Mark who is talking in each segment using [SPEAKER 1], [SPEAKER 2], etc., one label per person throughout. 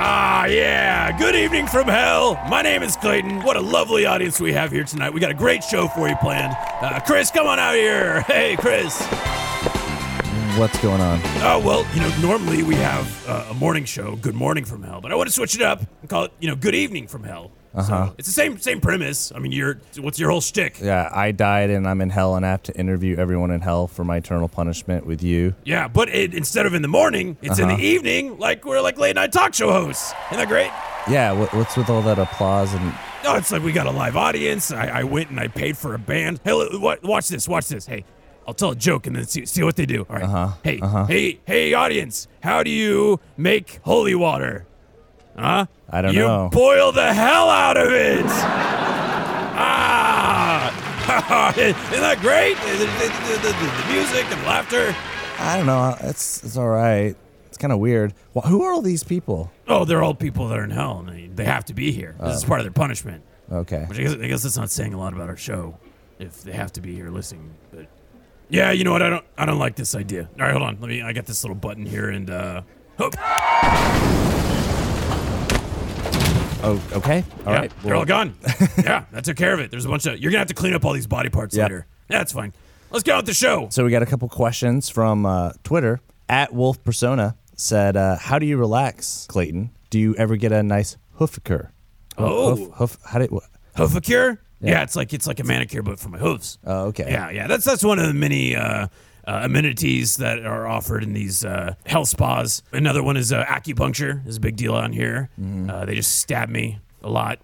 [SPEAKER 1] Ah, yeah. Good evening from hell. My name is Clayton. What a lovely audience we have here tonight. We got a great show for you planned. Uh, Chris, come on out here. Hey, Chris.
[SPEAKER 2] What's going on?
[SPEAKER 1] Oh, well, you know, normally we have uh, a morning show, Good Morning from Hell, but I want to switch it up and call it, you know, Good Evening from Hell.
[SPEAKER 2] Uh-huh.
[SPEAKER 1] So it's the same same premise. I mean, you're what's your whole shtick?
[SPEAKER 2] Yeah, I died and I'm in hell, and I have to interview everyone in hell for my eternal punishment with you.
[SPEAKER 1] Yeah, but it, instead of in the morning, it's in the evening, like we're like late night talk show hosts. Isn't that great?
[SPEAKER 2] Yeah, what, what's with all that applause and
[SPEAKER 1] No, it's like we got a live audience. I, I went and I paid for a band. Hey, look, wa- watch this, watch this. Hey, I'll tell a joke and then see, see what they do. All right. Uh-huh. Hey, hey, hey, audience, how do you make holy water? Huh?
[SPEAKER 2] I don't know.
[SPEAKER 1] You boil the hell out of it. ah! Isn't that great? The, the- the- the- the- the music and laughter.
[SPEAKER 2] I don't know. It's it's all right. It's kind of weird. Wh- who are all these people?
[SPEAKER 1] Oh, they're all people that are in hell. and they- they have to be here. This is
[SPEAKER 2] Oh.
[SPEAKER 1] part of their punishment.
[SPEAKER 2] Okay.
[SPEAKER 1] Which I guess, I guess that's not saying a lot about our show, if they have to be here listening. But yeah, you know what? I don't. I don't like this idea. All right, hold on. Let me. I got this little button here, and uh, oh,
[SPEAKER 2] Oh, okay. All
[SPEAKER 1] yeah,
[SPEAKER 2] right.
[SPEAKER 1] they're
[SPEAKER 2] Well,
[SPEAKER 1] all gone. yeah, that took care of it. There's a bunch of. You're gonna have to clean up all these body parts
[SPEAKER 2] Yep.
[SPEAKER 1] later. Yeah, that's fine. Let's get on with the show.
[SPEAKER 2] So we got a couple questions from uh, Twitter at Wolf Persona said, uh, "How do you relax, Clayton? Do you ever get a nice hoofiker?
[SPEAKER 1] Oh.
[SPEAKER 2] hoof, hoof, how do? You,
[SPEAKER 1] Hoof a cure? Yeah. it's like it's like a manicure, but for my hooves.
[SPEAKER 2] Oh, okay.
[SPEAKER 1] Yeah, yeah. That's that's one of the many uh, uh, amenities that are offered in these uh, health spas. Another one is uh, acupuncture. Is a big deal on here.
[SPEAKER 2] Mm-hmm.
[SPEAKER 1] Uh, they just stab me a lot.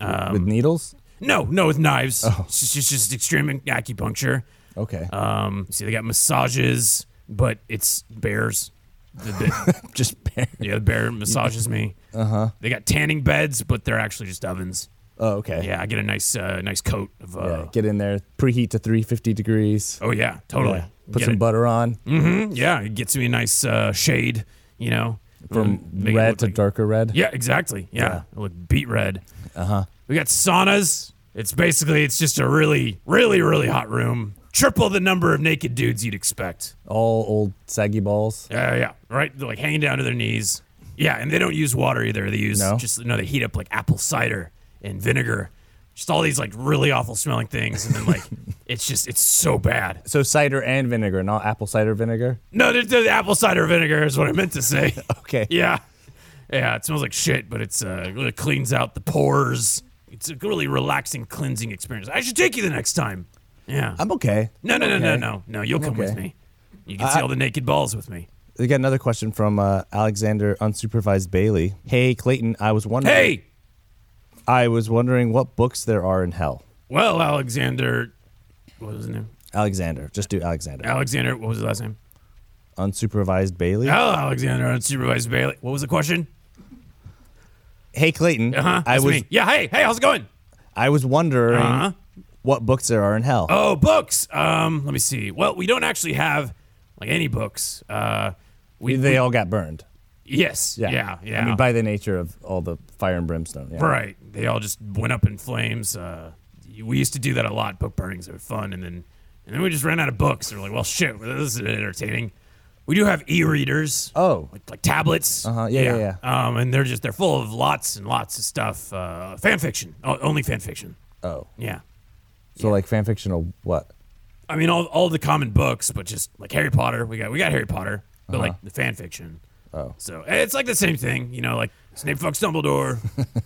[SPEAKER 2] with
[SPEAKER 1] um,
[SPEAKER 2] needles?
[SPEAKER 1] No, no, with knives.
[SPEAKER 2] Oh.
[SPEAKER 1] It's just, just just extreme acupuncture.
[SPEAKER 2] Okay.
[SPEAKER 1] Um, see, they got massages, but it's bears. The- the-
[SPEAKER 2] Just bare.
[SPEAKER 1] yeah, the bear massages me. Uh
[SPEAKER 2] Uh-huh.
[SPEAKER 1] huh. They got tanning beds, but they're actually just ovens.
[SPEAKER 2] Oh, okay.
[SPEAKER 1] Yeah, I get a nice uh, nice coat of. Uh,
[SPEAKER 2] Yeah, get in there, preheat to 350 degrees.
[SPEAKER 1] Oh yeah, totally.
[SPEAKER 2] Yeah, Put
[SPEAKER 1] Get
[SPEAKER 2] some
[SPEAKER 1] it.
[SPEAKER 2] butter on
[SPEAKER 1] Mm, yeah, it gets me a nice uh, shade, you know. Mm,
[SPEAKER 2] from
[SPEAKER 1] Make it
[SPEAKER 2] red
[SPEAKER 1] look
[SPEAKER 2] to
[SPEAKER 1] like-
[SPEAKER 2] darker red.
[SPEAKER 1] Yeah, exactly. Yeah,
[SPEAKER 2] Yeah.
[SPEAKER 1] I look beet red. Uh huh. We got saunas. It's basically it's just a really, really, really hot room. Triple the number of naked dudes you'd expect.
[SPEAKER 2] All old saggy balls.
[SPEAKER 1] Yeah, yeah, right. They're like hanging down to their knees. Yeah, and they don't use water either. They use
[SPEAKER 2] No?
[SPEAKER 1] just no. They heat up like apple cider and vinegar. Just all these like really awful smelling things, and then like it's just it's so bad.
[SPEAKER 2] So cider and vinegar, not apple cider vinegar.
[SPEAKER 1] No, the, the apple cider vinegar is what I meant to say.
[SPEAKER 2] Okay.
[SPEAKER 1] Yeah. Yeah, it smells like shit, but it's uh really cleans out the pores. It's a really relaxing cleansing experience. I should take you the next time. Yeah.
[SPEAKER 2] I'm okay.
[SPEAKER 1] no, no, no, no,
[SPEAKER 2] okay.
[SPEAKER 1] no, no. You'll come with
[SPEAKER 2] okay.
[SPEAKER 1] me. You can see all the naked balls with me.
[SPEAKER 2] We got another question from uh, Alexander Unsupervised Bailey. Hey Clayton, I was wondering.
[SPEAKER 1] Hey.
[SPEAKER 2] I was wondering what books there are in hell.
[SPEAKER 1] Well, Alexander what was his name?
[SPEAKER 2] Alexander, just do Alexander.
[SPEAKER 1] Alexander, what was his last name?
[SPEAKER 2] Unsupervised Bailey.
[SPEAKER 1] Oh, Alexander unsupervised Bailey. What was the question?
[SPEAKER 2] Hey Clayton,
[SPEAKER 1] Uh-huh.
[SPEAKER 2] I
[SPEAKER 1] that's
[SPEAKER 2] was
[SPEAKER 1] me. Yeah, hey, hey, how's it going?
[SPEAKER 2] I was wondering
[SPEAKER 1] Uh-huh.
[SPEAKER 2] what books there are in hell.
[SPEAKER 1] Oh, books. Um, let me see. Well, we don't actually have like any books. Uh, we,
[SPEAKER 2] they
[SPEAKER 1] we-
[SPEAKER 2] all got burned.
[SPEAKER 1] yes, yeah,
[SPEAKER 2] Yeah.
[SPEAKER 1] yeah,
[SPEAKER 2] I mean, by the nature of all the fire and brimstone. Yeah.
[SPEAKER 1] right. They all just went up in flames. Uh, we used to do that a lot. Book burnings are fun, and then and then we just ran out of books. We're like, well, shit, well, this is entertaining. We do have e-readers.
[SPEAKER 2] Oh.
[SPEAKER 1] like, like tablets.
[SPEAKER 2] Uh-huh. Yeah, yeah,
[SPEAKER 1] Um, and they're just they're full of lots and lots of stuff. Uh, fan fiction, o- only fan fiction.
[SPEAKER 2] Oh.
[SPEAKER 1] Yeah.
[SPEAKER 2] So like fan fiction or what?
[SPEAKER 1] I mean, all, all the common books, but just like Harry Potter, we got we got Harry Potter, but like the fan fiction.
[SPEAKER 2] Uh-huh. Oh.
[SPEAKER 1] so eh, it's like the same thing, you know, like Snape fucks Dumbledore.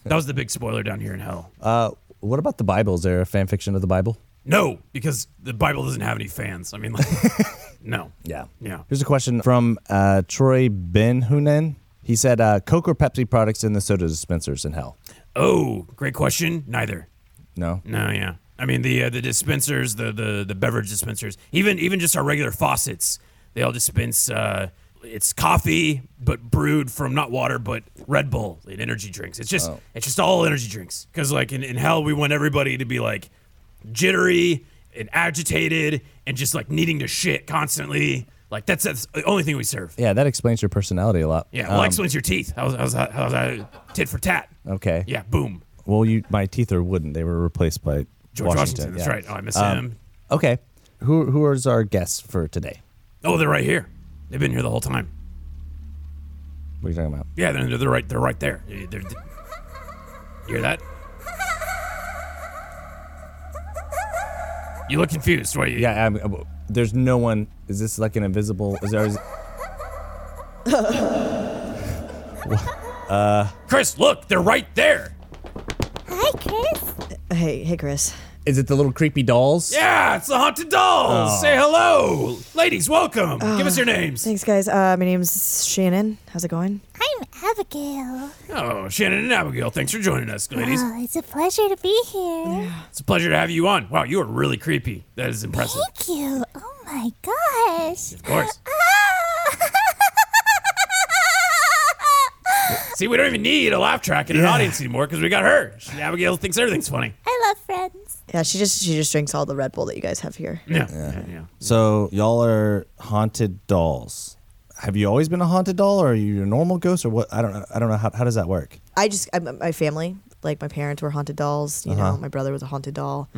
[SPEAKER 1] that was the big spoiler down here in hell.
[SPEAKER 2] Uh, what about the Bible? Is there a fan fiction of the Bible?
[SPEAKER 1] no, because the Bible doesn't have any fans. I mean, like, no.
[SPEAKER 2] Yeah.
[SPEAKER 1] Yeah.
[SPEAKER 2] Here's a question from uh, Troy Ben Hunen. He said, uh, "Coke or Pepsi products in the soda dispensers in hell?"
[SPEAKER 1] Oh, great question. Neither.
[SPEAKER 2] No.
[SPEAKER 1] No, yeah. I mean the uh, the dispensers, the, the the beverage dispensers, even even just our regular faucets, they all dispense. Uh, it's coffee, but brewed from not water, but Red Bull and energy drinks. It's just it's just all energy drinks. Because like in, in hell, we want everybody to be like jittery and agitated and just like needing to shit constantly. Like that's that's the only thing we serve.
[SPEAKER 2] Yeah, that explains your personality a lot.
[SPEAKER 1] Yeah, well,
[SPEAKER 2] Um,
[SPEAKER 1] that explains your teeth. How's how's that, how's that tit for tat?
[SPEAKER 2] Uh, okay.
[SPEAKER 1] Yeah, boom.
[SPEAKER 2] Well, you my teeth are wooden. They were replaced by
[SPEAKER 1] George Washington. That's
[SPEAKER 2] yeah. Um,
[SPEAKER 1] right. Oh, I miss him.
[SPEAKER 2] Okay. Who who is our guest for today?
[SPEAKER 1] Oh, they're right here. They've been here the whole time.
[SPEAKER 2] What are you talking about?
[SPEAKER 1] Yeah, they're, they're right. They're right there. They're- they're- you hear that? You look confused. What? you-
[SPEAKER 2] Yeah, I'm, uh, there's no one. Is this like an invisible? Is there? Is,
[SPEAKER 1] Chris, look, they're right there.
[SPEAKER 3] Hi, Chris.
[SPEAKER 4] Hey, hey, Chris.
[SPEAKER 2] is it the little creepy dolls?
[SPEAKER 1] Yeah, it's the haunted dolls.
[SPEAKER 2] Oh.
[SPEAKER 1] Say hello, ladies. Welcome. Give us your names.
[SPEAKER 4] Thanks, guys. Uh, my name's Shannon. How's it going?
[SPEAKER 3] I'm Abigail.
[SPEAKER 1] Oh, Shannon and Abigail, thanks for joining us, ladies.
[SPEAKER 3] Oh, it's a pleasure to be here.
[SPEAKER 1] It's a pleasure to have you on. Wow, you are really creepy. That is impressive.
[SPEAKER 3] Thank you. Oh my gosh.
[SPEAKER 1] Of course.
[SPEAKER 3] Ah!
[SPEAKER 1] See, we don't even need a laugh track and an audience anymore because we got her. She, Abigail thinks everything's funny.
[SPEAKER 3] I love friends.
[SPEAKER 4] Yeah, she just she just drinks all the Red Bull that you guys have here.
[SPEAKER 1] Yeah. yeah. yeah.
[SPEAKER 2] So y'all are haunted dolls. Have you always been a haunted doll, or are you a normal ghost, or what? I don't. I don't know how. How does that work?
[SPEAKER 4] I just I, my family, like my parents were haunted dolls. You know, my brother was a haunted doll.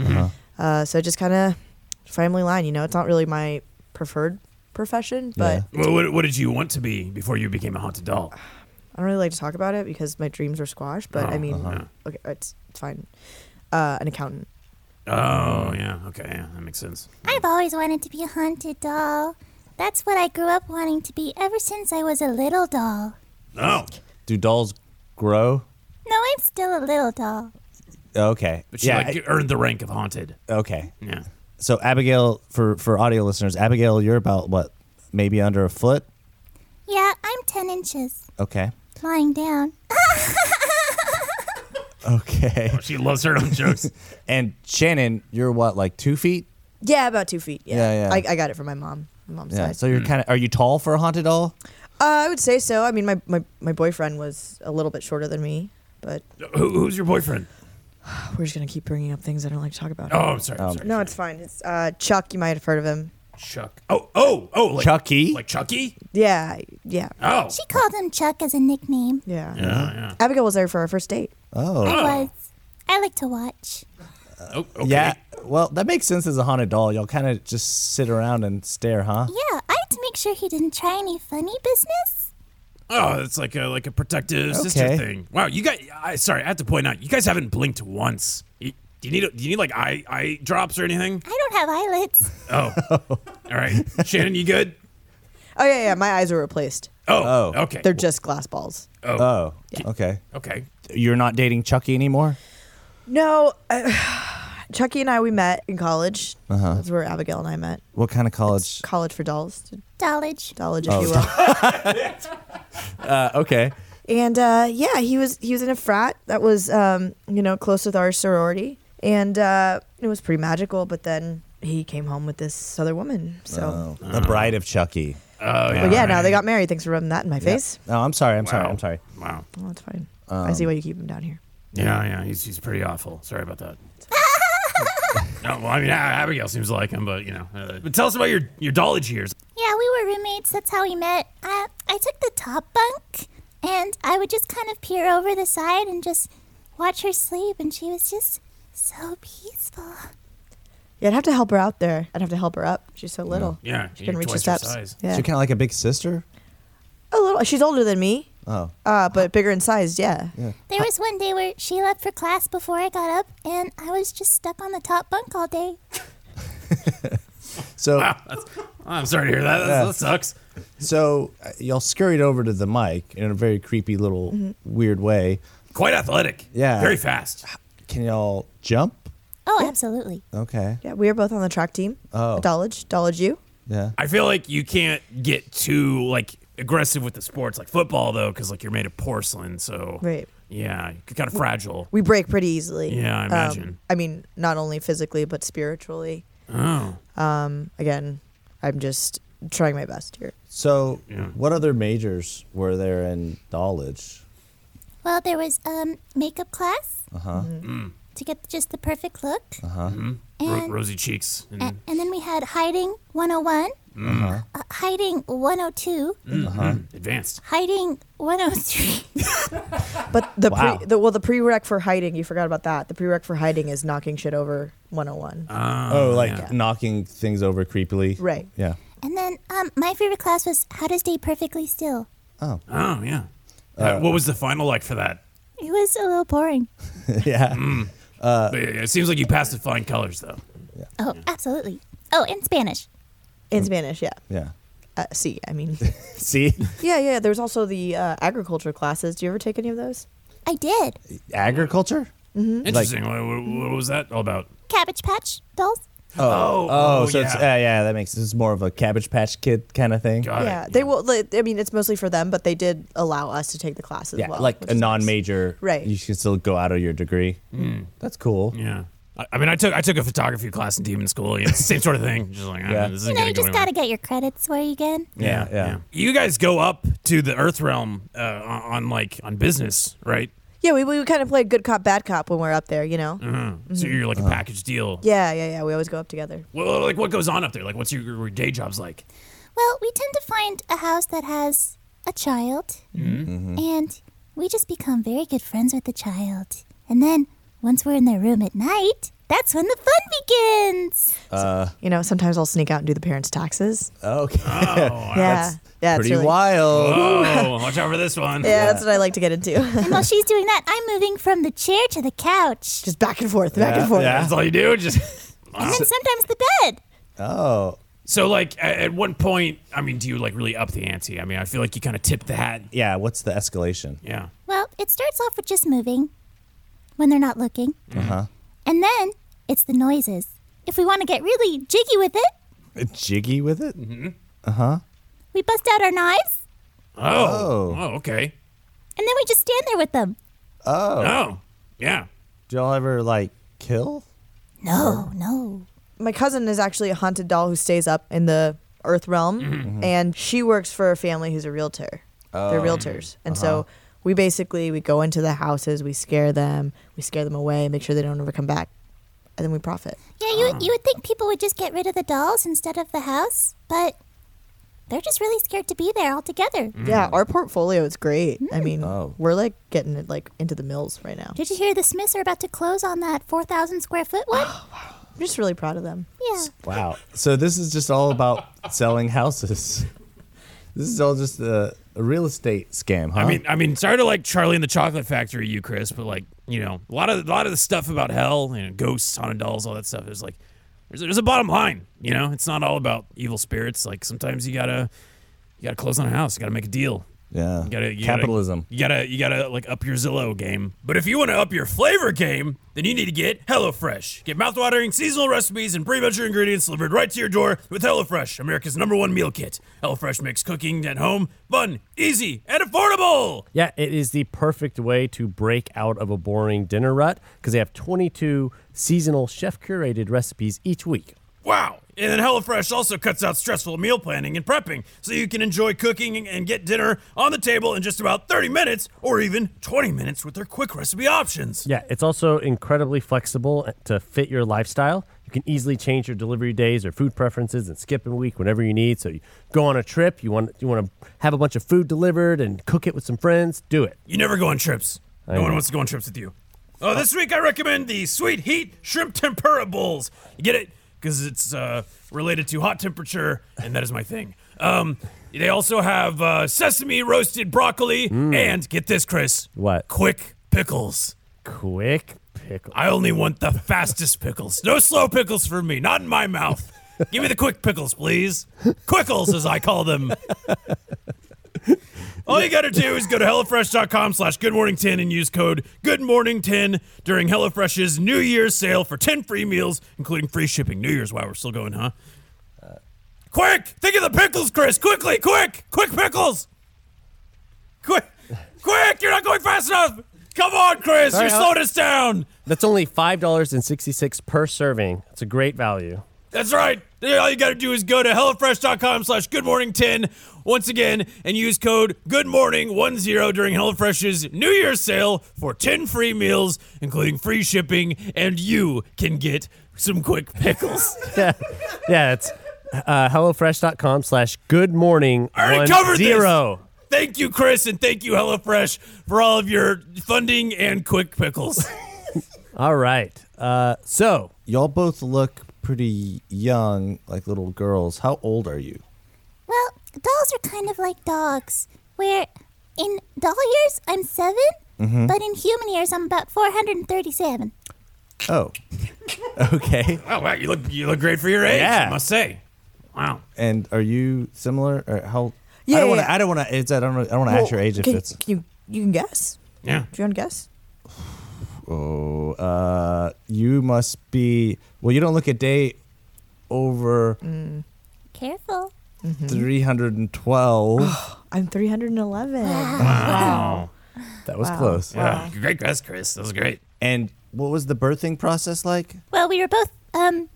[SPEAKER 4] Uh, so just kind of family line. You know, it's not really my preferred profession, but
[SPEAKER 2] Yeah.
[SPEAKER 1] Well, what, what did you want to be before you became a haunted doll?
[SPEAKER 4] I don't really like to talk about it because my dreams are squashed. But
[SPEAKER 1] Oh,
[SPEAKER 4] I mean,
[SPEAKER 1] uh-huh.
[SPEAKER 4] okay, it's, it's fine. Uh, an accountant.
[SPEAKER 1] Oh, yeah. Okay. Yeah, that makes sense.
[SPEAKER 3] I've always wanted to be a haunted doll. That's what I grew up wanting to be ever since I was a little doll.
[SPEAKER 1] Oh,
[SPEAKER 2] Do dolls grow?
[SPEAKER 3] No, I'm still a little doll.
[SPEAKER 2] Okay.
[SPEAKER 1] but she
[SPEAKER 2] yeah.
[SPEAKER 1] like, earned the rank of haunted.
[SPEAKER 2] I- okay.
[SPEAKER 1] Yeah.
[SPEAKER 2] So Abigail, for for audio listeners, Abigail, you're about what? Maybe under a foot.
[SPEAKER 3] Yeah, I'm 10 inches.
[SPEAKER 2] Okay.
[SPEAKER 3] Lying down.
[SPEAKER 2] Okay.
[SPEAKER 1] She loves her own jokes.
[SPEAKER 2] and Shannon, you're what? Like two feet?
[SPEAKER 4] Yeah, about two feet. Yeah,
[SPEAKER 2] Yeah, yeah.
[SPEAKER 4] I, I got it from my mom. My mom's
[SPEAKER 2] Yeah.
[SPEAKER 4] side.
[SPEAKER 2] So you're
[SPEAKER 1] Mm.
[SPEAKER 2] kind of. Are you tall for a haunted doll?
[SPEAKER 4] uh, I would say so. I mean, my, my my boyfriend was a little bit shorter than me, but
[SPEAKER 1] Who, who's your boyfriend?
[SPEAKER 4] we're just gonna keep bringing up things I don't like to talk about.
[SPEAKER 1] Oh, I'm sorry.
[SPEAKER 2] Um,
[SPEAKER 1] I'm sorry.
[SPEAKER 4] No, it's fine. It's uh, Chuck. You might have heard of him.
[SPEAKER 1] Chuck. Oh, oh, oh. Like,
[SPEAKER 2] Chucky?
[SPEAKER 1] Like Chucky?
[SPEAKER 4] Yeah, yeah,
[SPEAKER 1] Oh.
[SPEAKER 3] She called him Chuck as a nickname.
[SPEAKER 4] yeah.
[SPEAKER 1] yeah, yeah.
[SPEAKER 4] Abigail was there for our first date.
[SPEAKER 2] Oh.
[SPEAKER 3] I was. I like to watch.
[SPEAKER 1] Oh, okay.
[SPEAKER 2] Yeah. Well, that makes sense as a haunted doll. Y'all kind of just sit around and stare, huh?
[SPEAKER 3] Yeah, I had to make sure he didn't try any funny business.
[SPEAKER 1] Oh, it's like a like a protective sister
[SPEAKER 2] Okay.
[SPEAKER 1] thing. Wow, you guys. I sorry, I have to point out, you guys haven't blinked once. You, do you need a, do you need like eye eye drops or anything?
[SPEAKER 3] I don't have eyelids.
[SPEAKER 1] Oh, all right, Shannon, you good?
[SPEAKER 4] Oh yeah, yeah. My eyes were replaced.
[SPEAKER 1] Oh,
[SPEAKER 2] Oh.
[SPEAKER 1] okay,
[SPEAKER 4] They're just glass balls.
[SPEAKER 2] Oh. Okay.
[SPEAKER 1] okay.
[SPEAKER 2] You're not dating Chucky anymore?
[SPEAKER 4] No, uh, Chucky and I we met in college. That's where Abigail and I met.
[SPEAKER 2] What kind of college?
[SPEAKER 4] College for dolls,
[SPEAKER 3] Dollage.
[SPEAKER 4] dollage if you will.
[SPEAKER 2] Uh, okay.
[SPEAKER 4] and uh, yeah, he was he was in a frat that was um, you know close with our sorority, and uh, it was pretty magical. But then he came home with this other woman, so
[SPEAKER 2] Oh, The Bride of Chucky.
[SPEAKER 1] Oh yeah.
[SPEAKER 4] but yeah, now they
[SPEAKER 1] right.
[SPEAKER 4] got married. Thanks for rubbing that in my face.
[SPEAKER 2] Oh, I'm sorry. I'm sorry.
[SPEAKER 1] Wow.
[SPEAKER 2] I'm sorry.
[SPEAKER 1] Wow.
[SPEAKER 4] Well, that's fine. I see why you keep him down here.
[SPEAKER 1] Yeah, yeah. He's he's pretty awful. Sorry about that. no, well, I mean, A- Abigail seems like him, but you know. Uh, but tell us about your your dollage years.
[SPEAKER 3] Yeah, we were roommates. That's how we met. I, I took the top bunk, and I would just kind of peer over the side and just watch her sleep, and she was just so peaceful.
[SPEAKER 4] Yeah, I'd have to help her out there. I'd have to help her up. She's so little.
[SPEAKER 1] Yeah,
[SPEAKER 4] she
[SPEAKER 1] you're
[SPEAKER 4] can reach the
[SPEAKER 1] twice her
[SPEAKER 4] steps.
[SPEAKER 1] size.
[SPEAKER 4] Yeah,
[SPEAKER 2] So you're kind of like a big sister?
[SPEAKER 4] a little. She's older than me,
[SPEAKER 2] Oh.
[SPEAKER 4] uh, but bigger in size. Yeah.
[SPEAKER 3] There was one day where she left for class before I got up, and I was just stuck on the top bunk all day.
[SPEAKER 2] So,
[SPEAKER 1] I'm sorry to hear that. That, that sucks.
[SPEAKER 2] so uh, y'all scurried over to the mic in a very creepy little
[SPEAKER 4] Mm-hmm.
[SPEAKER 2] weird way.
[SPEAKER 1] Quite athletic.
[SPEAKER 2] Yeah.
[SPEAKER 1] Very fast.
[SPEAKER 2] Can y'all jump?
[SPEAKER 3] Oh, absolutely.
[SPEAKER 2] Okay.
[SPEAKER 4] Yeah, we were both on the track team.
[SPEAKER 2] Oh.
[SPEAKER 4] At Dollage, Dollage U.
[SPEAKER 2] Yeah.
[SPEAKER 1] I feel like you can't get too like aggressive with the sports like football though, because like you're made of porcelain, so
[SPEAKER 4] Right.
[SPEAKER 1] Yeah, you're kind of fragile.
[SPEAKER 4] We break pretty easily.
[SPEAKER 1] Yeah, I
[SPEAKER 4] Um,
[SPEAKER 1] imagine.
[SPEAKER 4] I mean, not only physically but spiritually.
[SPEAKER 1] Oh,
[SPEAKER 4] again, I'm just trying my best here.
[SPEAKER 2] So,
[SPEAKER 1] Yeah.
[SPEAKER 2] what other majors were there in college?
[SPEAKER 3] Well, there was um makeup class to get just the perfect look,
[SPEAKER 1] ro-
[SPEAKER 3] and,
[SPEAKER 1] rosy cheeks. And,
[SPEAKER 3] a- and then we had hiding 101, uh, hiding 102,
[SPEAKER 1] Uh-huh. mm, advanced.
[SPEAKER 3] hiding 103.
[SPEAKER 4] But the
[SPEAKER 2] Wow.
[SPEAKER 4] pre, the, well, the prereq for hiding, you forgot about that. The prereq for hiding is knocking shit over 101.
[SPEAKER 2] Oh, like
[SPEAKER 1] yeah.
[SPEAKER 2] knocking things over creepily.
[SPEAKER 4] Right.
[SPEAKER 2] Yeah.
[SPEAKER 3] and then um my favorite class was how to stay perfectly still.
[SPEAKER 2] Oh,
[SPEAKER 1] Oh yeah. Uh, what was the final like for that?
[SPEAKER 3] It was a little boring.
[SPEAKER 2] yeah.
[SPEAKER 1] But yeah, yeah, it seems like you passed with flying colors though.
[SPEAKER 3] Oh, absolutely. Oh, in Spanish.
[SPEAKER 4] in Spanish. Yeah,
[SPEAKER 2] Yeah.
[SPEAKER 4] uh, see, I mean,
[SPEAKER 2] See,
[SPEAKER 4] yeah, yeah. There's also the uh, agriculture classes. Do you ever take any of those?
[SPEAKER 3] I did.
[SPEAKER 2] agriculture.
[SPEAKER 1] Interesting. What- what, what was that all about?
[SPEAKER 3] Cabbage Patch dolls.
[SPEAKER 1] Oh,
[SPEAKER 2] Oh,
[SPEAKER 1] oh,
[SPEAKER 2] so it's uh,
[SPEAKER 1] yeah.
[SPEAKER 2] yeah, that makes it's more of a Cabbage Patch Kid kind of thing.
[SPEAKER 1] Got
[SPEAKER 4] yeah,
[SPEAKER 1] it.
[SPEAKER 4] they will. Like, I mean, it's mostly for them, but they did allow us to take the class as
[SPEAKER 2] Yeah,
[SPEAKER 4] well.
[SPEAKER 2] like
[SPEAKER 4] which
[SPEAKER 2] a
[SPEAKER 4] is nice.
[SPEAKER 2] non-major.
[SPEAKER 4] Right.
[SPEAKER 2] You can still go out of your degree. That's cool.
[SPEAKER 1] Mm. Yeah. I, I mean, I took I took a photography class in demon school. Yeah, it's the same sort of thing. Just like,
[SPEAKER 2] Yeah.
[SPEAKER 1] yeah. this isn't
[SPEAKER 3] You know,
[SPEAKER 1] gonna
[SPEAKER 3] you
[SPEAKER 1] go
[SPEAKER 3] just
[SPEAKER 1] anywhere.
[SPEAKER 3] gotta get your credits where you get. 'em.
[SPEAKER 2] Yeah, yeah.
[SPEAKER 1] You guys go up to the Earth realm uh, on, on like on business, right?
[SPEAKER 4] Yeah, we, we kind of play good cop bad cop when we're up there, you know.
[SPEAKER 1] Mm. So you're like
[SPEAKER 2] Uh-huh.
[SPEAKER 1] a package deal.
[SPEAKER 4] Mm-hmm. Yeah, yeah, yeah. We always go up together.
[SPEAKER 1] Well, like what goes on up there? Like, what's your, your day jobs like?
[SPEAKER 3] Well, we tend to find a house that has a child, and we just become very good friends with the child. And then once we're in their room at night, that's when the fun begins.
[SPEAKER 4] You know, sometimes I'll sneak out and do the parents' taxes.
[SPEAKER 2] Okay.
[SPEAKER 1] Oh,
[SPEAKER 4] yeah, yeah, it's
[SPEAKER 2] Pretty
[SPEAKER 4] really-
[SPEAKER 2] wild.
[SPEAKER 1] oh, watch out for this one.
[SPEAKER 4] Yeah, that's what I like to get into.
[SPEAKER 3] and while she's doing that, I'm moving from the chair to the couch,
[SPEAKER 4] Just back and forth, back
[SPEAKER 2] Yeah,
[SPEAKER 4] and forth.
[SPEAKER 2] yeah.
[SPEAKER 1] That's all you do. Just
[SPEAKER 3] and then sometimes the bed.
[SPEAKER 2] Oh,
[SPEAKER 1] so, like, at, at one point, I mean, do you like really up the ante? I mean, I feel like you kind of tipped the hat.
[SPEAKER 2] yeah. What's the escalation?
[SPEAKER 1] Yeah.
[SPEAKER 3] Well, it starts off with just moving when they're not looking. And then it's the noises. If we want to get really jiggy with it,
[SPEAKER 2] Jiggy with it?
[SPEAKER 3] we bust out our knives
[SPEAKER 1] Oh.
[SPEAKER 2] Oh.
[SPEAKER 1] Oh, okay.
[SPEAKER 3] and then we just stand there with them.
[SPEAKER 1] Oh. yeah.
[SPEAKER 2] Do y'all ever like kill?
[SPEAKER 3] No, no.
[SPEAKER 4] My cousin is actually a haunted doll who stays up in the Earth realm,
[SPEAKER 2] Mm-hmm.
[SPEAKER 4] and she works for a family who's a realtor.
[SPEAKER 2] Oh.
[SPEAKER 4] They're realtors, and
[SPEAKER 2] Uh-huh.
[SPEAKER 4] so we basically we go into the houses, we scare them, we scare them away, make sure they don't ever come back, and then we profit.
[SPEAKER 3] Yeah, you, you would think people would just get rid of the dolls instead of the house, but they're just really scared to be there altogether.
[SPEAKER 4] Yeah, our portfolio is great. I mean,
[SPEAKER 2] Mm. Oh.
[SPEAKER 4] we're like getting it like into the mills right now.
[SPEAKER 3] Did you hear the Smiths are about to close on that 4,000 square foot one?
[SPEAKER 4] I'm just really proud of them.
[SPEAKER 3] yeah.
[SPEAKER 2] Wow. So this is just all about selling houses. This is all just a, a real estate scam, huh?
[SPEAKER 1] I mean, I mean, sorry to like Charlie and the Chocolate Factory, you Chris, but like, you know, a lot of a lot of the stuff about hell and ghosts, haunted dolls, all that stuff is like, there's, there's a bottom line, you know. It's not all about evil spirits. Like sometimes you gotta you gotta close on a house, you gotta make a deal,
[SPEAKER 2] yeah.
[SPEAKER 1] you gotta you gotta-
[SPEAKER 2] Capitalism.
[SPEAKER 1] you gotta you gotta like up your Zillow game. But if you want to up your flavor game, then you need to get HelloFresh. Get mouthwatering seasonal recipes and pre-measured ingredients delivered right to your door with HelloFresh, America's number one meal kit. HelloFresh makes cooking at home fun, easy, and affordable.
[SPEAKER 5] Yeah, it is the perfect way to break out of a boring dinner rut because they have 22 seasonal chef curated recipes each week.
[SPEAKER 1] Wow. And then HelloFresh also cuts out stressful meal planning and prepping, so you can enjoy cooking and get dinner on the table in just about 30 minutes or even 20 minutes with their quick recipe options.
[SPEAKER 5] Yeah, it's also incredibly flexible eh, to fit your lifestyle. You can easily change your delivery days or food preferences and skip a week whenever you need. So you go on a trip, you want you want to have a bunch of food delivered and cook it with some friends, do it.
[SPEAKER 1] You never go on trips. No one wants to go on trips with you. Oh, this week I recommend the Sweet Heat Shrimp Tempura Bowls. You get it? Because it's uh, related to hot temperature, and that is my thing. Um, they also have uh, sesame roasted broccoli, and get this, Chris.
[SPEAKER 5] What?
[SPEAKER 1] Quick pickles.
[SPEAKER 5] Quick pickle.
[SPEAKER 1] I only want the fastest pickles. No slow pickles for me. Not in my mouth. Give me the quick pickles, please. Quickles, as I call them. All you gotta do is go to HelloFresh.com slash Good Morning 10 and use code Good Morning 10 during HelloFresh's New Year's sale for 10 free meals, including free shipping. New Year's, wow, we're still going, huh? Quick! Think of the pickles, Chris! Quickly, quick! Quick pickles! Quick! Quick! You're not going fast enough! Come on, Chris!
[SPEAKER 5] Sorry,
[SPEAKER 1] You're
[SPEAKER 5] I'll-
[SPEAKER 1] slowing us down!
[SPEAKER 5] That's only $5.66 per serving. It's a great value.
[SPEAKER 1] That's right. Yeah, All you got to do is go to HelloFresh.com slash Good Morning 10 once again and use code Good GoodMorning10 during HelloFresh's New Year's sale for 10 free meals, including free shipping, and you can get some quick pickles.
[SPEAKER 5] yeah, yeah, it's uh, HelloFresh.com slash Good Morning
[SPEAKER 1] I already
[SPEAKER 5] one
[SPEAKER 1] covered this.
[SPEAKER 5] zero.
[SPEAKER 1] Thank you, Chris, and thank you, HelloFresh, for all of your funding and quick pickles.
[SPEAKER 5] All right. Uh, so
[SPEAKER 2] Y'all both look pretty young, like little girls. How old are you?
[SPEAKER 3] Well, dolls are kind of like dogs, where in doll years, I'm 7 but in human years, I'm about 437.
[SPEAKER 2] Oh, okay.
[SPEAKER 1] Oh wow, you look you look great for your age.
[SPEAKER 2] Yeah.
[SPEAKER 1] I must say. Wow.
[SPEAKER 2] And are you similar or how? I
[SPEAKER 4] Yeah,
[SPEAKER 2] don't want to.
[SPEAKER 4] yeah.
[SPEAKER 2] I don't want to. It's. I don't. wanna- I don't want to ask your age if
[SPEAKER 4] can,
[SPEAKER 2] it's.
[SPEAKER 4] can you you can guess.
[SPEAKER 1] Yeah.
[SPEAKER 4] Do you want to guess?
[SPEAKER 2] Oh, uh, you must be. Well, you don't look a day over
[SPEAKER 3] Careful.
[SPEAKER 2] 312.
[SPEAKER 4] I'm 311.
[SPEAKER 1] Wow.
[SPEAKER 2] that was close.
[SPEAKER 1] Yeah. Great guess, Chris. That was great.
[SPEAKER 2] And what was the birthing process like?
[SPEAKER 3] Well, we were both um,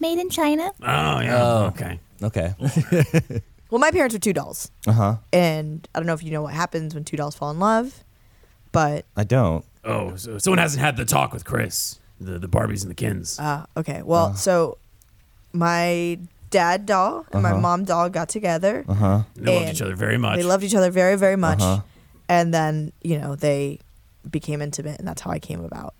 [SPEAKER 3] made in China.
[SPEAKER 1] Oh yeah. Okay.
[SPEAKER 2] Okay.
[SPEAKER 4] Well, my parents were two dolls,
[SPEAKER 2] Uh huh.
[SPEAKER 4] and I don't know if you know what happens when two dolls fall in love, but
[SPEAKER 2] I don't.
[SPEAKER 1] Oh, so someone hasn't had the talk with Chris. The the Barbies and the Kins.
[SPEAKER 4] uh, okay.
[SPEAKER 2] Uh-huh.
[SPEAKER 4] Well, so my dad doll and
[SPEAKER 2] Uh-huh.
[SPEAKER 4] my mom doll got together. Uh-huh.
[SPEAKER 1] they loved each other very much.
[SPEAKER 4] They loved each other very, very much,
[SPEAKER 2] Uh-huh.
[SPEAKER 4] and then you know they became intimate, and that's how I came about.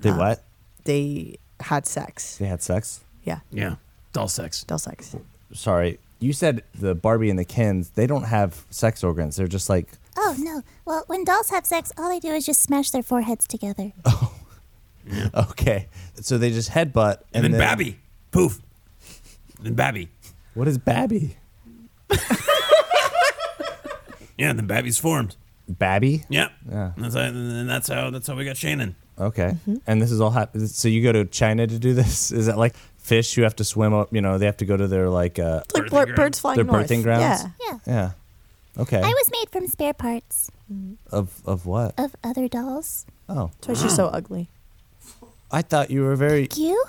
[SPEAKER 2] They
[SPEAKER 4] Uh,
[SPEAKER 2] what?
[SPEAKER 4] They had sex.
[SPEAKER 2] They had sex.
[SPEAKER 4] Yeah,
[SPEAKER 1] yeah. Doll sex.
[SPEAKER 4] doll sex.
[SPEAKER 2] Sorry, you said the Barbie and the Kens. They don't have sex organs. They're just like.
[SPEAKER 3] Oh, no. Well, when dolls have sex, all they do is just smash their foreheads together.
[SPEAKER 2] Okay. So they just headbutt
[SPEAKER 1] And, then, Babby. Poof. Then Babby.
[SPEAKER 2] What is Babby?
[SPEAKER 1] Yeah, and then Babby's formed.
[SPEAKER 2] Babby.
[SPEAKER 1] Yeah.
[SPEAKER 2] Yeah.
[SPEAKER 1] And that's how, and that's how that's how we got Shannon.
[SPEAKER 2] Okay.
[SPEAKER 3] Mm-hmm.
[SPEAKER 2] And this is all hap- So you go to China to do this? Is that like fish who have to swim up? You know, they have to go to their like. Uh,
[SPEAKER 4] It's like
[SPEAKER 1] Birthing
[SPEAKER 4] bir-
[SPEAKER 1] grounds.
[SPEAKER 4] birds flying
[SPEAKER 2] Their
[SPEAKER 4] north.
[SPEAKER 2] birthing grounds?
[SPEAKER 4] Yeah.
[SPEAKER 3] Yeah.
[SPEAKER 2] yeah. Okay.
[SPEAKER 3] I was made from spare parts
[SPEAKER 2] of of what?
[SPEAKER 3] of other dolls.
[SPEAKER 2] Oh,
[SPEAKER 4] That's why she's so ugly.
[SPEAKER 2] I thought you were very.
[SPEAKER 3] You?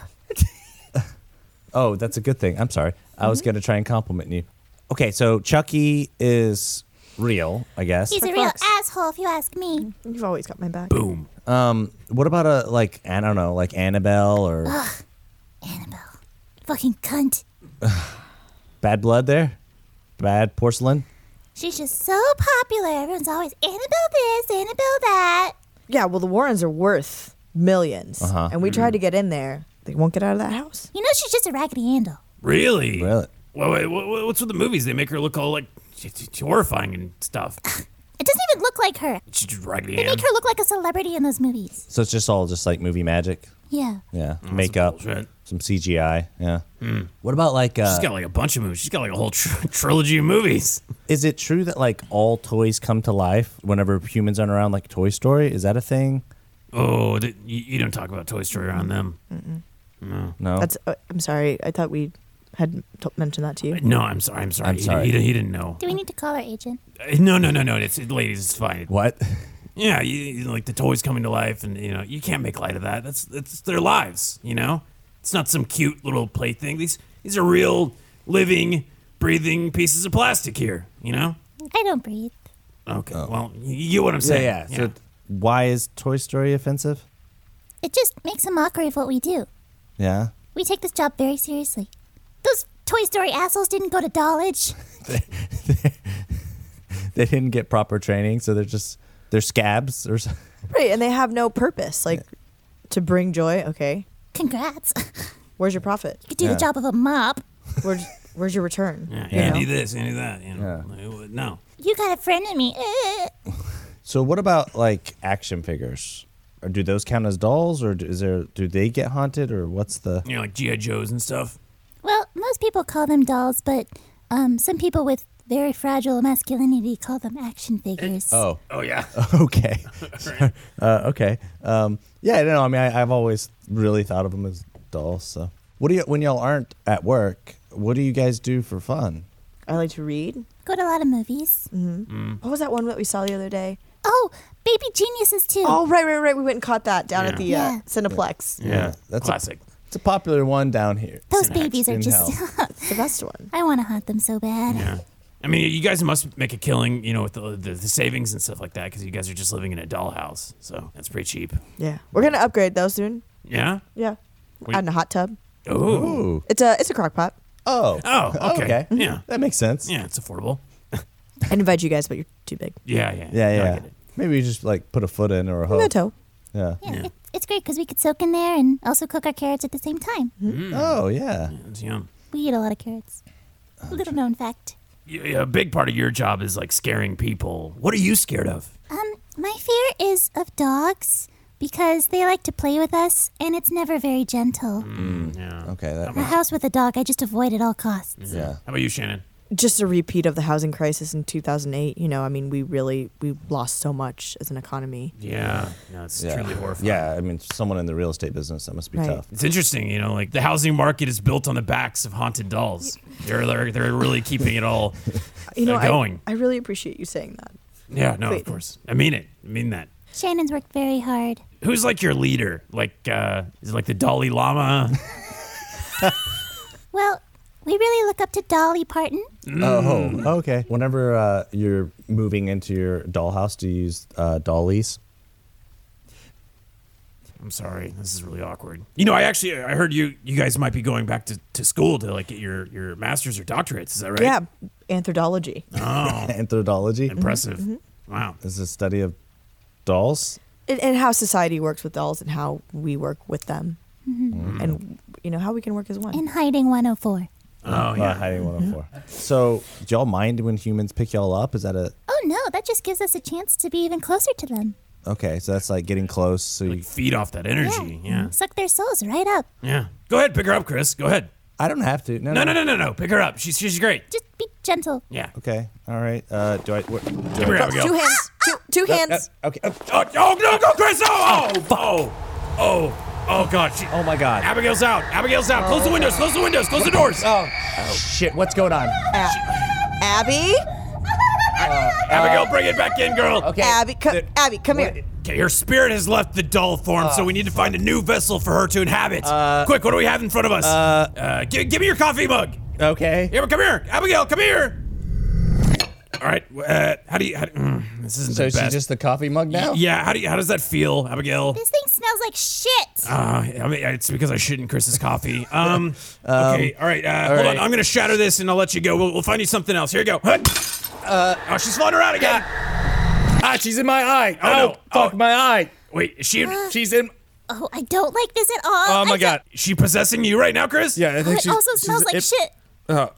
[SPEAKER 2] Oh, that's a good thing. I'm sorry. I
[SPEAKER 3] Mm-hmm.
[SPEAKER 2] was going to try and compliment you. Okay, so Chucky is real, I guess.
[SPEAKER 3] He's a
[SPEAKER 4] Like
[SPEAKER 3] real
[SPEAKER 4] Fox.
[SPEAKER 3] asshole if you ask me.
[SPEAKER 4] You've always got my back.
[SPEAKER 1] Boom.
[SPEAKER 2] Um, what about a like I don't know, like Annabelle or
[SPEAKER 3] Uh, Annabelle. Fucking cunt.
[SPEAKER 2] Bad Blood there? Bad porcelain?
[SPEAKER 3] She's just so popular. Everyone's always Annabelle this, Annabelle that.
[SPEAKER 4] Yeah, well, the Warrens are worth 1000000s
[SPEAKER 2] Uh-huh.
[SPEAKER 4] and we tried to get in there. They won't get out of that house.
[SPEAKER 3] You know she's just a raggedy handle.
[SPEAKER 1] Really?
[SPEAKER 2] Really?
[SPEAKER 1] Well, wait, what, what- what's with the movies? They make her look all like t- t- horrifying and stuff.
[SPEAKER 3] It doesn't even look like her.
[SPEAKER 1] She's just raggedy
[SPEAKER 3] They
[SPEAKER 1] Ann.
[SPEAKER 3] make her look like a celebrity in those movies.
[SPEAKER 2] So it's just all just like movie magic.
[SPEAKER 3] Yeah.
[SPEAKER 2] Yeah. Makeup.
[SPEAKER 1] bullshit.
[SPEAKER 2] Mm. Some CGI. Yeah. What about like uh,
[SPEAKER 1] She's got like a bunch of movies. She's got like a whole tr- trilogy of movies.
[SPEAKER 2] is it true that like all toys come to life whenever humans aren't around like Toy Story? Is that a thing?
[SPEAKER 1] Oh, th- you, you don't talk about Toy Story on them.
[SPEAKER 2] No.
[SPEAKER 1] Oh.
[SPEAKER 4] That's. Uh, I'm sorry. I thought we had t- mentioned that to you.
[SPEAKER 1] No, I'm sorry. I'm sorry.
[SPEAKER 2] I'm
[SPEAKER 1] He-
[SPEAKER 2] sorry.
[SPEAKER 1] He, didn't- he didn't know.
[SPEAKER 3] Do we need to call our agent?
[SPEAKER 1] Uh, No, no, no, no. It's it, ladies. It's fine.
[SPEAKER 2] what?
[SPEAKER 1] Yeah, you, you know, like the toys coming to life, and you know you can't make light of that. That's that's their lives. You know, it's not some cute little plaything. These these are real, living, breathing pieces of plastic here. You know.
[SPEAKER 3] I don't breathe.
[SPEAKER 1] Okay. Well, you you get what I'm
[SPEAKER 2] Oh. yeah,
[SPEAKER 1] saying.
[SPEAKER 2] yeah. So why is Toy Story offensive?
[SPEAKER 3] It just makes a mockery of what we do.
[SPEAKER 2] Yeah.
[SPEAKER 3] We take this job very seriously. Those Toy Story assholes didn't go to college.
[SPEAKER 2] They didn't get proper training, so they're just they're scabs or something.
[SPEAKER 4] Right, and they have no purpose, like to bring joy. Okay,
[SPEAKER 3] Congrats. you
[SPEAKER 4] where's your profit?
[SPEAKER 3] could do
[SPEAKER 2] Yeah.
[SPEAKER 3] the job of a mop.
[SPEAKER 4] Where's Where's your return?
[SPEAKER 1] yeah,
[SPEAKER 4] You know?
[SPEAKER 1] Andy this, Andy that. You know. Like, No.
[SPEAKER 3] You got a friend in me. Eh.
[SPEAKER 2] So what about like action figures? Or do those count as dolls, or do- is there do they get haunted, or what's the?
[SPEAKER 1] You know, like GI Joes and stuff.
[SPEAKER 3] Well, most people call them dolls, but um, some people with very fragile masculinity call them action figures.
[SPEAKER 2] Oh,
[SPEAKER 1] Oh yeah.
[SPEAKER 2] okay, uh, okay. Um, yeah, I don't know. I mean, I, I've always really thought of them as dolls. So, what do you when y'all aren't at work? What do you guys do for fun?
[SPEAKER 4] I like to read.
[SPEAKER 3] Go to a lot of movies.
[SPEAKER 1] Mm.
[SPEAKER 4] What was that one that we saw the other day?
[SPEAKER 3] Oh, Baby Geniuses too.
[SPEAKER 4] Oh, right, right, right. We went and caught that down at the
[SPEAKER 1] Yeah.
[SPEAKER 4] uh,
[SPEAKER 3] Yeah.
[SPEAKER 4] Cineplex.
[SPEAKER 1] Yeah.
[SPEAKER 2] that's a-
[SPEAKER 1] classic.
[SPEAKER 2] It's a popular one down here.
[SPEAKER 3] Those
[SPEAKER 1] Synapse
[SPEAKER 3] babies are
[SPEAKER 2] in
[SPEAKER 3] just.
[SPEAKER 4] It's the best one.
[SPEAKER 3] I want to haunt them so bad.
[SPEAKER 1] Yeah. I mean, you guys must make a killing, you know, with the, the, the savings and stuff like that, because you guys are just living in a dollhouse, so that's pretty cheap.
[SPEAKER 4] Yeah, we're gonna upgrade though soon.
[SPEAKER 1] Yeah.
[SPEAKER 4] Yeah,
[SPEAKER 1] We-
[SPEAKER 4] adding a hot tub.
[SPEAKER 1] Oh.
[SPEAKER 2] Ooh.
[SPEAKER 4] It's a it's a crock pot.
[SPEAKER 2] Oh.
[SPEAKER 1] Oh. Okay.
[SPEAKER 2] Okay.
[SPEAKER 1] Yeah.
[SPEAKER 2] That makes sense.
[SPEAKER 1] Yeah. It's affordable.
[SPEAKER 4] I invite you guys, but you're too big.
[SPEAKER 1] Yeah. Yeah.
[SPEAKER 2] Yeah,
[SPEAKER 1] No, I
[SPEAKER 2] yeah.
[SPEAKER 1] get it.
[SPEAKER 2] Maybe you just like put a foot in
[SPEAKER 1] Oh.
[SPEAKER 2] or a
[SPEAKER 4] No
[SPEAKER 2] hook.
[SPEAKER 4] toe.
[SPEAKER 2] Yeah.
[SPEAKER 3] Yeah,
[SPEAKER 1] Yeah.
[SPEAKER 3] It, it's great because we could soak in there and also cook our carrots at the same time.
[SPEAKER 1] Hmm.
[SPEAKER 2] Oh yeah.
[SPEAKER 1] It's yum. Oh,
[SPEAKER 3] We eat a lot of carrots. Little known fact.
[SPEAKER 1] y- a big part of your job is like scaring people. What are you scared of?
[SPEAKER 3] Um, my fear is of dogs because they like to play with us and it's never very gentle.
[SPEAKER 1] Mm.
[SPEAKER 2] Mm. Okay, that
[SPEAKER 3] A house with a dog I just avoid at all costs.
[SPEAKER 2] yeah.
[SPEAKER 1] How about you, Shannon?
[SPEAKER 4] Just a repeat of the housing crisis in 2008. You know, I mean, we really we lost so much as an economy.
[SPEAKER 1] Yeah, no, it's
[SPEAKER 2] Yeah.
[SPEAKER 1] truly horrifying.
[SPEAKER 2] Yeah, I mean, someone in the real estate business that must be
[SPEAKER 4] Right.
[SPEAKER 2] tough.
[SPEAKER 1] It's interesting, you know, like the housing market is built on the backs of haunted dolls. They're they're, they're really keeping it all
[SPEAKER 4] You know,
[SPEAKER 1] uh, going.
[SPEAKER 4] I, I really appreciate you saying that.
[SPEAKER 1] yeah, no, of
[SPEAKER 4] Wait.
[SPEAKER 1] course. I mean it. I mean that.
[SPEAKER 3] Shannon's worked very hard.
[SPEAKER 1] Who's like your leader? Like uh is it like the Dalai Lama?
[SPEAKER 3] Well, we really look up to Dolly Parton.
[SPEAKER 1] Hmm.
[SPEAKER 2] Oh, okay. Whenever uh, you're moving into your dollhouse, do you use uh, dollies?
[SPEAKER 1] I'm sorry. This is really awkward. You know, I actually I heard you you guys might be going back to, to school to like get your your masters or doctorates, is that right?
[SPEAKER 4] Yeah, anthropology.
[SPEAKER 1] Oh,
[SPEAKER 2] Anthropology
[SPEAKER 1] impressive. Wow.
[SPEAKER 2] is a study of dolls.
[SPEAKER 4] and, and how society works with dolls and how we work with them
[SPEAKER 1] Mm-hmm.
[SPEAKER 4] and you know how we can work as one
[SPEAKER 3] in Hiding 104.
[SPEAKER 1] Oh
[SPEAKER 2] Uh,
[SPEAKER 1] yeah.
[SPEAKER 2] hiding 104. So, do y'all mind when humans pick y'all up? Is that a
[SPEAKER 3] Oh no, that just gives us a chance to be even closer to them.
[SPEAKER 2] okay? So that's like getting close. So you,
[SPEAKER 1] Like feed off that energy. Yeah.
[SPEAKER 3] Suck their souls right up.
[SPEAKER 1] Yeah. Go ahead, pick her up, Chris. Go ahead.
[SPEAKER 2] I don't have to. No,
[SPEAKER 1] No, no, no, no, no. Pick her up. She's she's great.
[SPEAKER 3] Just be gentle.
[SPEAKER 1] Yeah.
[SPEAKER 2] Okay. All right. Uh, do I? Where, do
[SPEAKER 1] Here
[SPEAKER 2] I
[SPEAKER 1] we go.
[SPEAKER 4] two hands two, two
[SPEAKER 2] Uh,
[SPEAKER 4] hands
[SPEAKER 2] okay. Oh,
[SPEAKER 1] Oh, oh no, go, Chris! Oh, oh, oh, oh, oh, God! She,
[SPEAKER 5] Oh my God.
[SPEAKER 1] Abigail's out! Abigail's out! Close the windows! Close the windows! Close the doors!
[SPEAKER 5] Oh, shit! What's going on?
[SPEAKER 4] abby
[SPEAKER 1] Abigail, bring it back in, girl. Okay.
[SPEAKER 4] abby co- abby come here
[SPEAKER 1] Her spirit has left the dull form, so we need to find a new vessel for her to inhabit. Quick, what do we have in front of us? Uh, gi- give me your coffee mug.
[SPEAKER 5] Okay.
[SPEAKER 1] Here, come here, Abigail, come here. All right. Uh, how do you? How do, mm, this isn't
[SPEAKER 2] so
[SPEAKER 1] the
[SPEAKER 2] she's
[SPEAKER 1] best.
[SPEAKER 2] just the coffee mug now.
[SPEAKER 1] yeah. How do you? How does that feel, Abigail?
[SPEAKER 3] This thing smells like shit.
[SPEAKER 5] Ah.
[SPEAKER 1] Uh, I mean, it's because I shouldn't Chris's coffee. Um, okay, all right. Uh, hold on.
[SPEAKER 2] right.
[SPEAKER 1] I'm going to shatter this and I'll let you go. We'll, we'll find you something else. Here you go. Huh. oh, she's flying around again.
[SPEAKER 5] Ah, she's in my eye.
[SPEAKER 1] Oh, no.
[SPEAKER 5] fuck
[SPEAKER 1] Oh.
[SPEAKER 5] my eye.
[SPEAKER 1] Wait, is she,
[SPEAKER 5] She's in.
[SPEAKER 3] Oh, I don't like this at all.
[SPEAKER 5] Oh my
[SPEAKER 3] I
[SPEAKER 5] god.
[SPEAKER 1] is she possessing you right now, Chris?
[SPEAKER 5] Yeah, I
[SPEAKER 3] don't-
[SPEAKER 5] think
[SPEAKER 3] it
[SPEAKER 5] she's.
[SPEAKER 3] also
[SPEAKER 5] she's-
[SPEAKER 3] smells like
[SPEAKER 5] it-
[SPEAKER 3] shit.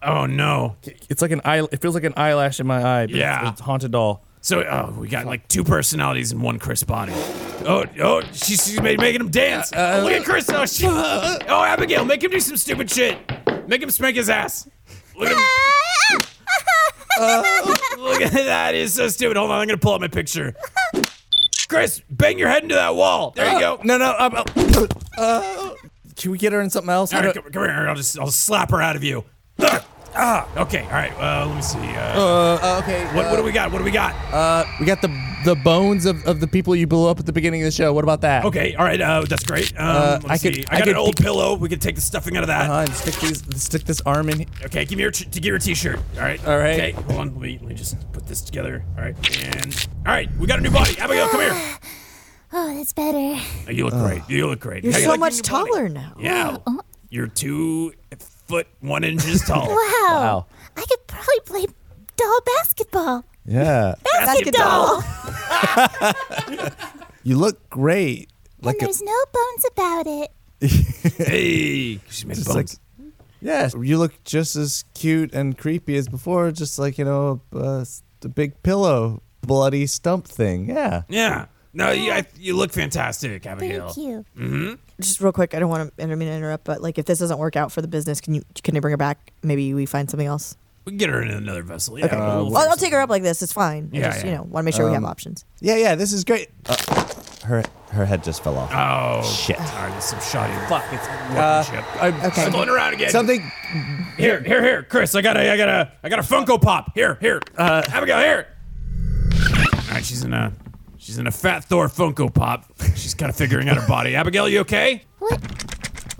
[SPEAKER 1] Oh, no.
[SPEAKER 5] It's like an eye. It feels like an eyelash in my eye. But
[SPEAKER 1] Yeah.
[SPEAKER 5] it's, it's haunted doll.
[SPEAKER 1] So, oh, we got like two personalities in one Chris body. Oh, oh, she's, she's made, making him dance. oh, look at Chris. Oh, she, oh, Abigail, make him do some stupid shit. Make him spank his ass. Look at him.
[SPEAKER 3] Ah,
[SPEAKER 1] Look at that. It's so stupid. Hold on. I'm going to pull up my picture. Chris, bang your head into that wall. There you go.
[SPEAKER 5] Oh, No, no. I'm, uh, can we get her in something else? I
[SPEAKER 1] All right,
[SPEAKER 5] don't-
[SPEAKER 1] come, come here. I'll just I'll slap her out of you. Ugh. Ah, okay. All right. Well, let me see. Uh,
[SPEAKER 5] uh, uh, okay.
[SPEAKER 1] what,
[SPEAKER 5] uh,
[SPEAKER 1] what do we got? What do we got?
[SPEAKER 5] Uh, we got the the bones of, of the people you blew up at the beginning of the show. What about that?
[SPEAKER 1] okay. All right. Uh, that's great. Um, let me
[SPEAKER 5] I
[SPEAKER 1] see.
[SPEAKER 5] could-
[SPEAKER 1] I
[SPEAKER 5] I
[SPEAKER 1] got an
[SPEAKER 5] could
[SPEAKER 1] old
[SPEAKER 5] pick-
[SPEAKER 1] pillow. We can take the stuffing out of that.
[SPEAKER 5] Uh, and stick these, stick this arm in. he-
[SPEAKER 1] Okay. Give me your t- to get your t-shirt. All right.
[SPEAKER 5] All right.
[SPEAKER 1] Okay. Hold on. Let me, let me just put this together. All right. And all right. We got a new body. Abigail, come here.
[SPEAKER 3] Oh, that's better.
[SPEAKER 1] Oh, You look great. You look great.
[SPEAKER 4] you're
[SPEAKER 1] How you
[SPEAKER 4] so
[SPEAKER 1] like your
[SPEAKER 4] much
[SPEAKER 1] new body?
[SPEAKER 4] taller now
[SPEAKER 1] Yeah. You're two foot one inches tall.
[SPEAKER 3] Wow.
[SPEAKER 5] Wow.
[SPEAKER 3] I could probably play doll basketball. Oh,
[SPEAKER 2] Yeah.
[SPEAKER 5] Oh.
[SPEAKER 4] Basketball.
[SPEAKER 2] You look great. Like
[SPEAKER 3] and
[SPEAKER 2] a,
[SPEAKER 3] there's no bones about it.
[SPEAKER 1] hey. She made
[SPEAKER 2] like-
[SPEAKER 1] bones.
[SPEAKER 2] yeah, you look just as cute and creepy as before. Just like you know, uh, s- the big pillow, bloody stump thing. Yeah.
[SPEAKER 1] yeah. No, you, I, you look fantastic, Abigail.
[SPEAKER 3] Thank you.
[SPEAKER 4] just real quick i don't want to i don't mean to interrupt but like if this doesn't work out for the business can you can you bring her back maybe we find something else
[SPEAKER 1] We can get her in another vessel. Yeah.
[SPEAKER 4] okay
[SPEAKER 5] uh,
[SPEAKER 1] we'll-
[SPEAKER 4] well, i'll take her up like this it's fine I
[SPEAKER 1] Yeah,
[SPEAKER 4] just,
[SPEAKER 1] yeah. Um,
[SPEAKER 4] you know want to make sure we have options
[SPEAKER 2] Yeah. Yeah. This is great. Uh, her her head just fell off.
[SPEAKER 1] Oh
[SPEAKER 2] Shit.
[SPEAKER 1] All right, there's some shoddy
[SPEAKER 5] Fuck. It's
[SPEAKER 1] workmanship.
[SPEAKER 5] I,
[SPEAKER 4] okay
[SPEAKER 1] Floating around again.
[SPEAKER 2] Something.
[SPEAKER 1] Here, here, here, Chris. I got a, I got a, I got a Funko Pop. Here, here. Uh, Abigail, here. All right, she's in a, she's in a Fat Thor Funko Pop. She's kind of figuring out her body. Abigail, you okay?
[SPEAKER 3] What?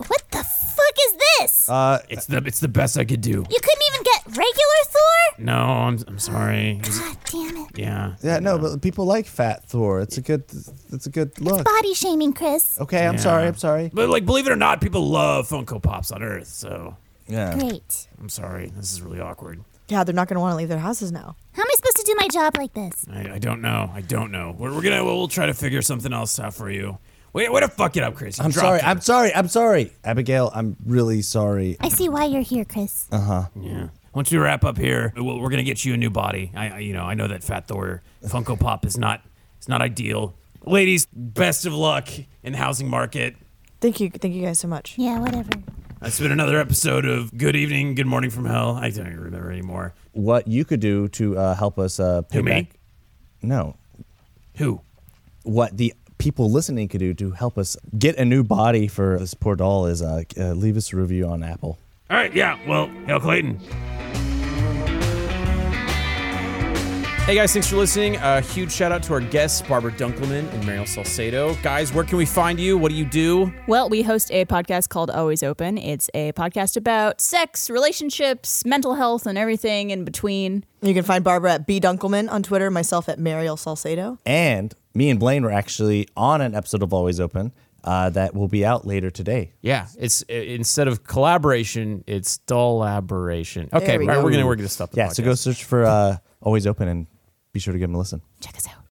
[SPEAKER 3] What the fuck is this?
[SPEAKER 2] Uh,
[SPEAKER 1] It's the, it's the best I could do.
[SPEAKER 3] you couldn't even get regular Thor?
[SPEAKER 1] No, I'm, I'm sorry. It was-
[SPEAKER 3] God damn it.
[SPEAKER 1] yeah.
[SPEAKER 2] yeah. No, but people like fat Thor. It's a good. It's a good look.
[SPEAKER 3] Body shaming, Chris.
[SPEAKER 2] Okay. I'm
[SPEAKER 1] Yeah.
[SPEAKER 2] sorry. I'm sorry.
[SPEAKER 1] But like, believe it or not, people love Funko Pops on Earth. So
[SPEAKER 2] Yeah.
[SPEAKER 3] Great.
[SPEAKER 1] I'm sorry. This is really awkward.
[SPEAKER 4] yeah they're not going to want to leave their houses now
[SPEAKER 3] How am I supposed to do my job like this?
[SPEAKER 1] I, I don't know. I don't know. We're, we're gonna, we'll, try to figure something else out for you. Wait, way to fuck it up, Chris. You
[SPEAKER 2] I'm
[SPEAKER 1] dropped
[SPEAKER 2] sorry.
[SPEAKER 1] her.
[SPEAKER 2] I'm sorry. I'm sorry. Abigail, I'm really sorry.
[SPEAKER 3] I see why you're here, Chris.
[SPEAKER 1] Yeah. once we wrap up here, we'll, we're gonna get you a new body. I, I- you know, I know that Fat Thor Funko Pop is not, it's not ideal. Ladies, best of luck in the housing market.
[SPEAKER 4] Thank you, thank you guys so much.
[SPEAKER 3] Yeah, whatever.
[SPEAKER 1] That's been another episode of Good Evening, Good Morning from Hell. I don't even remember anymore.
[SPEAKER 2] What you could do to uh, help us uh, pay
[SPEAKER 1] Who, me?
[SPEAKER 2] back? No,
[SPEAKER 1] Who?
[SPEAKER 2] what the people listening could do to help us get a new body for this poor doll is uh, uh, leave us a review on Apple.
[SPEAKER 1] All right, yeah. Well, Hell Clayton.
[SPEAKER 6] Hey guys, thanks for listening. A huge shout out to our guests, Barbara Dunkelman and Mariel Salcedo. Guys, where can we find you? What do you do?
[SPEAKER 7] Well, we host a podcast called Always Open. It's a podcast about sex, relationships, mental health, and everything in between.
[SPEAKER 4] You can find Barbara at B Dunkelman on Twitter, myself at Mariel Salcedo.
[SPEAKER 2] And me and Blaine were actually on an episode of Always Open uh, that will be out later today.
[SPEAKER 6] Yeah, it's uh, instead of collaboration, it's collaboration. Okay,
[SPEAKER 4] we
[SPEAKER 6] all right,
[SPEAKER 4] go.
[SPEAKER 6] we're gonna we're gonna stop the
[SPEAKER 2] Yeah, so
[SPEAKER 6] podcast.
[SPEAKER 2] go search for uh, Always Open and be sure to give them a listen.
[SPEAKER 7] Check us out.